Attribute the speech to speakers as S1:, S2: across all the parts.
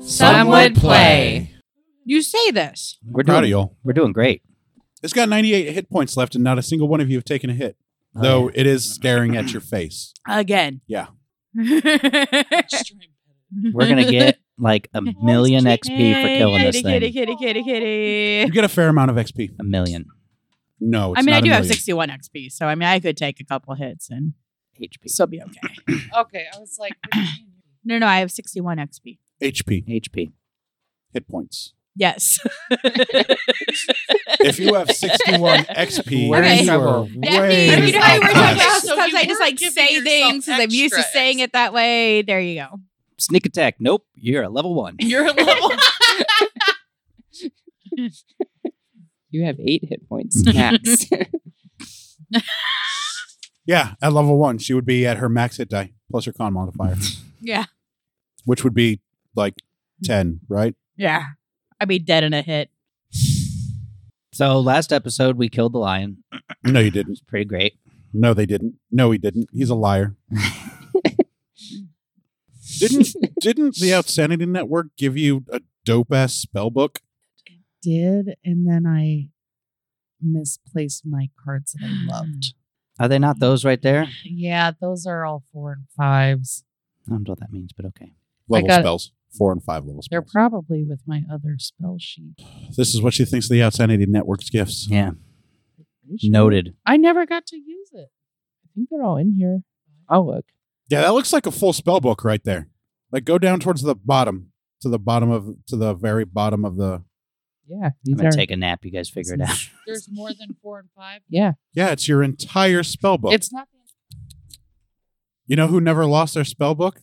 S1: Some would play.
S2: You say this.
S3: We're
S1: Proud
S3: doing,
S1: of y'all.
S3: we're doing great.
S1: It's got 98 hit points left, and not a single one of you have taken a hit,
S3: Oh,
S1: though it is staring at your face.
S2: Again.
S1: Yeah.
S3: We're gonna get like a million XP for killing this
S2: kitty, Kitty,
S3: thing.
S2: kitty, kitty,
S1: You
S2: kitty.
S1: get a fair amount of XP.
S3: A million
S1: No, it's
S2: I mean,
S1: not
S2: I
S1: a
S2: do have
S1: million.
S2: 61 XP, so I mean, I could take a couple hits and
S3: HP.
S2: still be okay.
S4: Okay, I was like,
S2: No, no, I have 61 XP.
S1: HP
S3: HP.
S1: hit points.
S2: Yes.
S1: If you have 61 XP,
S3: We're
S2: in
S1: you
S3: trouble.
S1: are
S2: That
S1: way
S2: means, you know how we were talking about
S1: outclassed.
S4: Oh, So
S2: sometimes
S4: you
S2: I just
S4: were
S2: like
S4: giving
S2: say
S4: yourself
S2: things because I'm used to
S4: extra
S2: saying it that way. There you go.
S3: Sneak attack. Nope. You're a level one.
S4: you're a level.
S5: You have eight hit points max.
S1: Yeah, at level one, she would be at her max hit die plus her con modifier,
S2: Yeah.
S1: which would be like 10, right?
S2: Yeah. I'd be dead in a hit.
S3: So last episode we killed the lion.
S1: No, you didn't.
S3: It's pretty great.
S1: No, they didn't. No, he didn't. He's a liar. didn't didn't the Outsanity Network give you a dope ass spell book?
S6: did, and then I misplaced my cards that I loved.
S3: Are they not those right there?
S6: Yeah, those are all four and fives.
S3: I don't know what that means, but okay.
S1: Level
S6: got-
S1: spells. Four and five level
S6: They're
S1: spells.
S6: probably with my other spell sheet.
S1: this is what she thinks of the Outsanity Network's gifts.
S3: Yeah. Noted.
S6: I never got to use it. I think they're all in here. I'll look.
S1: Yeah, that looks like a full spell book right there. Like go down towards the bottom. To the bottom of to the very bottom of the
S6: Yeah,
S3: I'm
S6: these
S3: gonna
S6: are.
S3: take a nap. You guys figure it out.
S5: There's more than four and five.
S6: yeah,
S1: Yeah, it's your entire spell book.
S6: it's not.
S1: You know who never lost their spell book?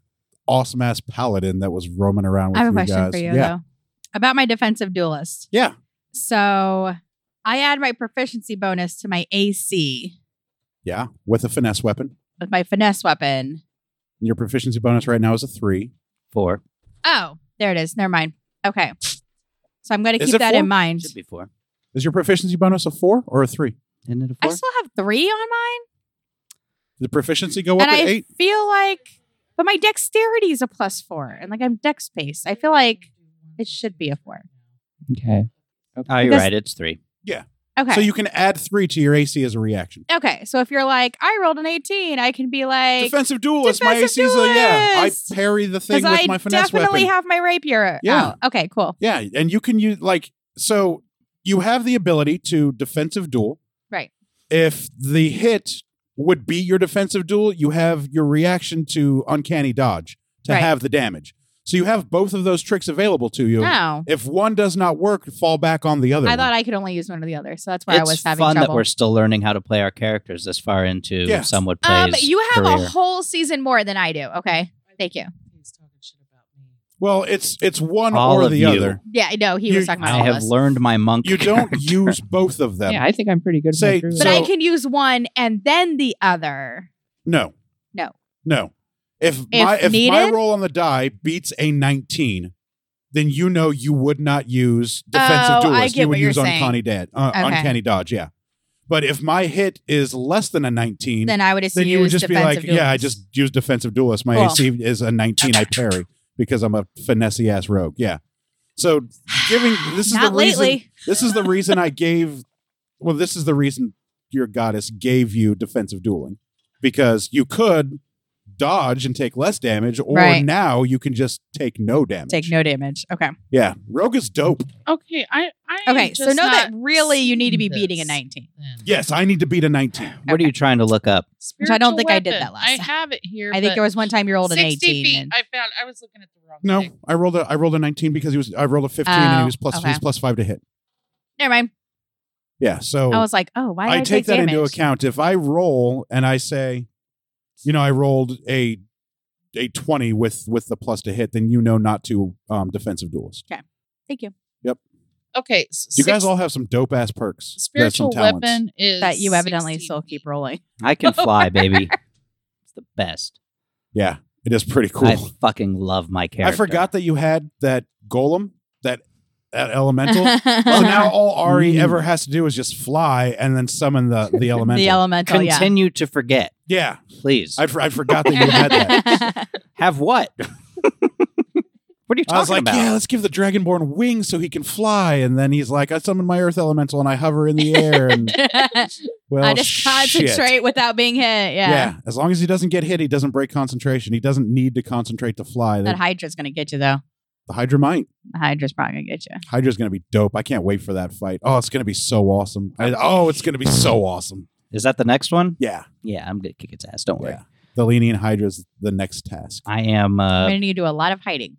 S1: Awesome ass paladin that was roaming around with
S2: I have a
S1: you
S2: question
S1: guys.
S2: for you,
S1: yeah.
S2: though, about my defensive duelist.
S1: Yeah.
S2: So I add my proficiency bonus to my AC
S1: Yeah. With a finesse weapon.
S2: with my finesse weapon.
S1: Your proficiency bonus right now is a three.
S3: Four.
S2: Oh, there it is. Never mind. Okay. So I'm going to
S1: Is
S2: keep
S1: it
S2: that
S1: four?
S2: in mind.
S3: Should be four.
S1: Is your proficiency bonus a four or a three?
S3: Isn't it a
S2: I
S3: four?
S2: still have three on mine.
S1: Did the proficiency go up
S2: and
S1: at
S2: I
S1: eight?
S2: feel like, but my dexterity is a plus four. And like I'm dex based. I feel like it should be a four.
S5: Okay.
S3: Oh, you're
S2: Because-
S3: right. It's three.
S2: Okay.
S1: So you can add three to your AC as a reaction.
S2: okay. So if you're like, I rolled an 18, I can be like,
S1: defensive duelist. my AC
S2: defensive
S1: is a yeah. I
S2: duelist!
S1: parry the thing
S2: because
S1: with
S2: I
S1: my finesse
S2: definitely
S1: weapon.
S2: have my rapier.
S1: Yeah.
S2: out. Okay. Cool.
S1: yeah, and you can use like so you have the ability to defensive duel.
S2: Right.
S1: If the hit would be your defensive duel, you have your reaction to uncanny dodge to
S2: Right.
S1: have the damage. So you have both of those tricks available to you.
S2: No,
S1: If one does not work, fall back on the other.
S2: Oh, I
S1: one.
S2: thought I could only use one or the other, so that's why I
S3: it's
S2: was having
S3: fun
S2: trouble.
S3: that we're still learning how to play our characters this far into
S1: Yes.
S3: some would play.
S2: um, you have a whole season more than I do. Okay, thank you.
S6: He's talking shit about me.
S1: well, it's it's one
S3: All
S1: or
S3: of
S1: the
S3: you.
S1: other.
S2: Yeah, I know he
S1: You-
S2: was talking about
S3: I
S2: all
S3: have
S2: of us.
S3: learned my monk.
S1: You don't use both of them.
S5: Yeah, I think I'm pretty good.
S1: Say-
S5: with my druid.
S2: but I
S1: so-
S2: can use one and then the other.
S1: No.
S2: No.
S1: No. If,
S2: If
S1: my if my
S2: needed?
S1: roll on the die beats a 19, then you know you would not use defensive
S2: Oh, I
S1: duelist.
S2: get
S1: you would
S2: what you're
S1: use
S2: saying.
S1: uncanny dad, uh,
S2: Okay.
S1: uncanny dodge, yeah. But if my hit is less than a 19,
S2: Then I would just
S1: then
S2: use
S1: you would just be like,
S2: defensive
S1: yeah, I
S2: duels.
S1: just use defensive duelist. My
S2: Cool.
S1: AC is a 19, I parry because I'm a finessey ass rogue. Yeah. So giving this is
S2: not
S1: the reason
S2: lately.
S1: this is the reason I gave. Well, this is the reason your goddess gave you defensive dueling because you could dodge and take less damage, or
S2: Right.
S1: now you can just take no damage.
S2: Take no damage. Okay.
S1: Yeah, rogue is dope.
S6: Okay, I. I am
S2: Okay. So know
S6: just
S2: that
S6: not
S2: really you need to be
S6: seeing
S2: beating a
S6: this
S2: 19.
S6: then.
S1: Yes, I need to beat a nineteen.
S3: What are you trying to look up?
S6: Spiritual
S2: I don't think I did that last
S6: I
S2: time.
S6: have it here.
S2: I think
S6: but
S2: there was one time you rolled an
S6: 60
S2: 18.
S6: Feet,
S2: and-
S6: I found. I was looking at the wrong.
S1: No,
S6: thing.
S1: I rolled a I rolled a nineteen because he was I rolled a fifteen and
S2: Oh,
S1: he was plus
S2: okay.
S1: he's plus five to hit.
S2: Never mind.
S1: Yeah, so
S2: I was like, oh, why did I,
S1: I take that
S2: damage?
S1: into account. If I roll and I say, you know, I rolled a a twenty with with the plus to hit, then you know not to um, defensive duelist.
S2: Thank you.
S6: Okay. s-
S1: You guys
S6: six-
S1: all have some dope ass perks. There's some
S6: Spiritual
S1: talents.
S6: weapon is
S2: That you evidently
S6: 60
S2: still keep rolling.
S3: I can fly, baby. It's the best.
S1: Yeah, it is pretty cool.
S3: I
S1: I,
S3: fucking love my character.
S1: forgot that you had that golem, that that elemental. so now all Ari
S3: Mm.
S1: ever has to do is just fly and then summon the the elemental.
S2: the elemental, Oh, yeah.
S3: Continue to forget,
S1: yeah,
S3: please.
S1: I, for- I forgot that you had that.
S3: Have what? What are you
S1: I was
S3: talking
S1: like,
S3: about?
S1: yeah, let's give the dragonborn wings so he can fly. And then he's like, I summon my earth elemental and I hover in the air. And well,
S2: I just
S1: Oh, shit.
S2: concentrate without being hit. Yeah.
S1: Yeah. as long as he doesn't get hit, he doesn't break concentration. He doesn't need to concentrate to fly.
S2: That
S1: The,
S2: Hydra's going to get you, though.
S1: the Hydra might.
S2: The Hydra's probably going to get you.
S1: Hydra's going to be dope. I can't wait for that fight. Oh, it's going to be so awesome. I- oh, it's going to be so awesome.
S3: Is that the next one?
S1: Yeah.
S3: Yeah, I'm gonna kick its ass. Don't worry.
S1: Yeah. The Leaning Hydra's the next task.
S3: I am.
S2: I'm
S3: uh
S2: going to need to do a lot of hiding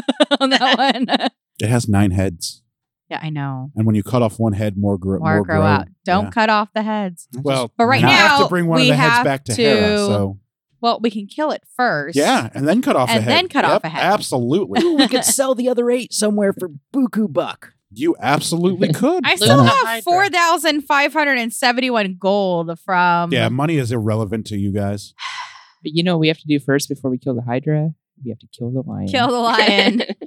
S2: on that one.
S1: It has nine heads.
S2: yeah, I know.
S1: And when you cut off one head, more, grow
S2: More, grow, out. Don't
S1: Yeah.
S2: cut off the heads.
S1: Well,
S2: But right
S1: now, I have
S2: now,
S1: to bring one of
S2: we
S1: the heads
S2: have
S1: back to,
S2: to-
S1: Hera. So.
S2: Well, we can kill it first.
S1: Yeah, and then cut off a
S2: And
S1: head.
S2: then cut off a head.
S1: Absolutely.
S3: we could sell the other eight somewhere for buku buck.
S1: you absolutely could.
S2: I still
S3: the
S2: have
S4: Hydra.
S2: 4,571 gold from.
S1: yeah, money is irrelevant to you guys.
S5: But you know what we have to do first before we kill the Hydra? We have to kill the lion.
S2: Kill the lion.